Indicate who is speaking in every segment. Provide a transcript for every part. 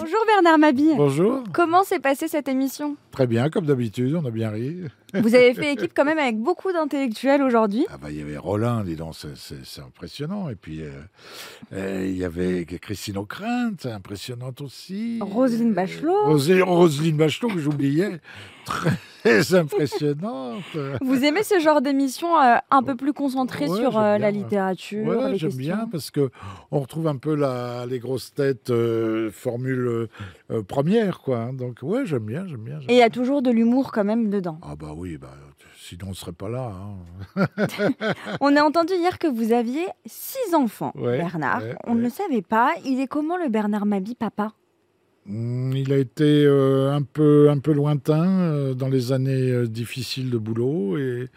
Speaker 1: Bonjour Bernard Mabille.
Speaker 2: Bonjour.
Speaker 1: Comment s'est passée cette émission
Speaker 2: Très bien, comme d'habitude, on a bien ri.
Speaker 1: Vous avez fait équipe quand même avec beaucoup d'intellectuels aujourd'hui.
Speaker 2: Ah bah, il y avait Rollin, dis donc, c'est- c'est c'est impressionnant. Et puis, euh, euh, il y avait Christine O'Crinte, impressionnante aussi. Euh,
Speaker 1: Roselyne Bachelot.
Speaker 2: Rosé- Roselyne Bachelot, que j'oubliais. Très impressionnante.
Speaker 1: Vous aimez ce genre d'émission euh, un peu plus concentrée
Speaker 2: Ouais,
Speaker 1: sur
Speaker 2: j'aime
Speaker 1: euh,
Speaker 2: bien,
Speaker 1: la
Speaker 2: ouais.
Speaker 1: littérature,
Speaker 2: Ouais,
Speaker 1: les
Speaker 2: j'aime
Speaker 1: questions
Speaker 2: bien parce que on retrouve un peu la, les grosses têtes euh, formule euh, euh, première, quoi. hein. Donc, ouais, j'aime bien, j'aime bien. j'aime
Speaker 1: Et il y a toujours de l'humour quand même dedans.
Speaker 2: Ah bah oui, bah, sinon on ne serait pas là. hein.
Speaker 1: On a entendu hier que vous aviez six enfants,
Speaker 2: Ouais,
Speaker 1: Bernard.
Speaker 2: ouais,
Speaker 1: On ne
Speaker 2: ouais.
Speaker 1: le savait pas. Il est comment le Bernard Mabille, papa
Speaker 2: Mm, Il a été euh, un, peu, un peu lointain euh, dans les années euh, difficiles de boulot et,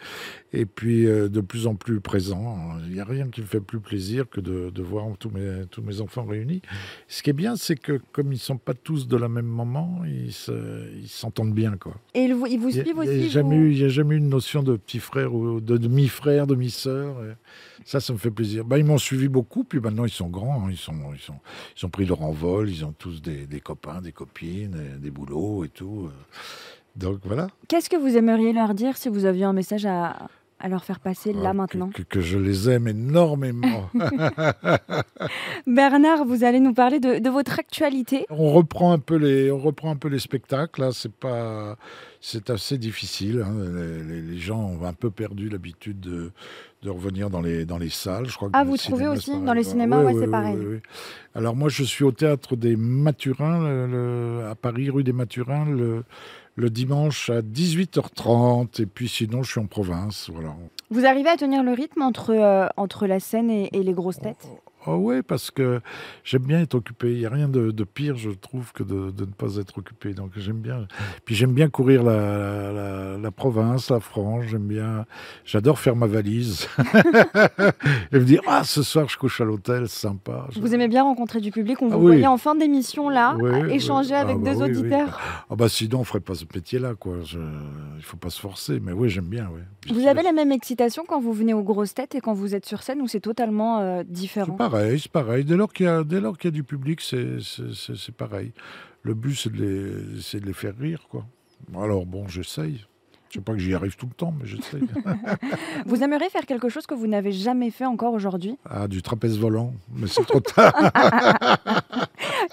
Speaker 2: et puis euh, de plus en plus présent. Il n'y a rien qui me fait plus plaisir que de, de voir tous mes, tous mes enfants réunis. Ce qui est bien, c'est que comme ils ne sont pas tous de la même maman, ils se- ils s'entendent bien. Quoi.
Speaker 1: Et il vous, il vous
Speaker 2: Il n'y
Speaker 1: suivent
Speaker 2: a,
Speaker 1: aussi
Speaker 2: il y a jamais
Speaker 1: vous-
Speaker 2: eu- il y a jamais eu une notion de petit frère ou de demi-frère, demi-sœur. et Ça, ça me fait plaisir. Bah, ils m'ont suivi beaucoup, puis maintenant ils sont grands, hein, ils, sont, ils, sont, ils ont pris leur envol, ils ont tous des, des copains, des copines, et des boulots et tout. euh. Donc voilà.
Speaker 1: Qu'est-ce que vous aimeriez leur dire si vous aviez un message à, à leur faire passer
Speaker 2: Euh,
Speaker 1: là
Speaker 2: que-
Speaker 1: maintenant
Speaker 2: Que, que je les aime énormément.
Speaker 1: Bernard, vous allez nous parler de- de votre actualité.
Speaker 2: on, reprend un peu les, on reprend un peu les spectacles, là, c'est pas. C'est assez difficile. hein, Les, les- les gens ont un peu perdu l'habitude de, de revenir dans les, dans les salles. Je crois que
Speaker 1: Ah,
Speaker 2: dans
Speaker 1: vous
Speaker 2: les
Speaker 1: trouvez
Speaker 2: cinémas,
Speaker 1: aussi
Speaker 2: c'est pareil.
Speaker 1: dans les
Speaker 2: Ouais,
Speaker 1: cinémas,
Speaker 2: ouais,
Speaker 1: ouais, c'est
Speaker 2: ouais,
Speaker 1: pareil.
Speaker 2: ouais, ouais. Alors moi, je suis au théâtre des Maturins, le- le- à Paris, rue des Maturins, le, le dimanche à 18h30. Et puis sinon, je suis en province. Voilà.
Speaker 1: Vous arrivez à tenir le rythme entre, euh, entre la scène et, et les grosses têtes
Speaker 2: Oh ouais, parce que j'aime bien être occupé. Il n'y a rien de, de pire, je trouve, que de, de ne pas être occupé. Donc j'aime
Speaker 1: Mm.
Speaker 2: bien. Puis j'aime bien courir la, la- la province, la France. J'aime bien. J'adore faire ma valise et me dire ah ce soir je couche à l'hôtel, c'est sympa. Je-
Speaker 1: Vous aimez bien rencontrer du public, on vous
Speaker 2: Ah oui.
Speaker 1: voyait en fin d'émission là,
Speaker 2: Ouais,
Speaker 1: à
Speaker 2: ouais.
Speaker 1: échanger
Speaker 2: Ah
Speaker 1: avec
Speaker 2: bah
Speaker 1: deux
Speaker 2: oui, oui.
Speaker 1: auditeurs.
Speaker 2: Ah bah sinon on ferait pas ce métier-là quoi. Je- Il faut pas se forcer. Mais oui, j'aime bien. ouais.
Speaker 1: Vous avez la même excitation quand vous venez aux grosses têtes et quand vous êtes sur scène ou c'est totalement euh,
Speaker 2: C'est
Speaker 1: différent
Speaker 2: pareil, c'est pareil. Dès lors qu'il y a, dès lors qu'il y a du public, c'est, c'est- c'est- c'est pareil. Le but, c'est de, les, c'est de les faire rire, quoi. Alors bon, j'essaye. Je sais pas que j'y arrive tout le temps, mais j'essaye.
Speaker 1: Vous aimeriez faire quelque chose que vous n'avez jamais fait encore aujourd'hui
Speaker 2: ah, du trapèze volant, mais c'est trop tard.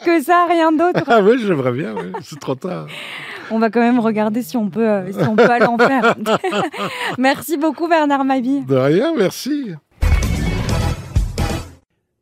Speaker 1: Que ça, rien d'autre
Speaker 2: ah oui, j'aimerais bien, oui, c'est trop tard.
Speaker 1: On va quand même regarder si on peut, euh, si on peut aller en faire. Merci beaucoup Bernard Mabille.
Speaker 2: De rien, merci.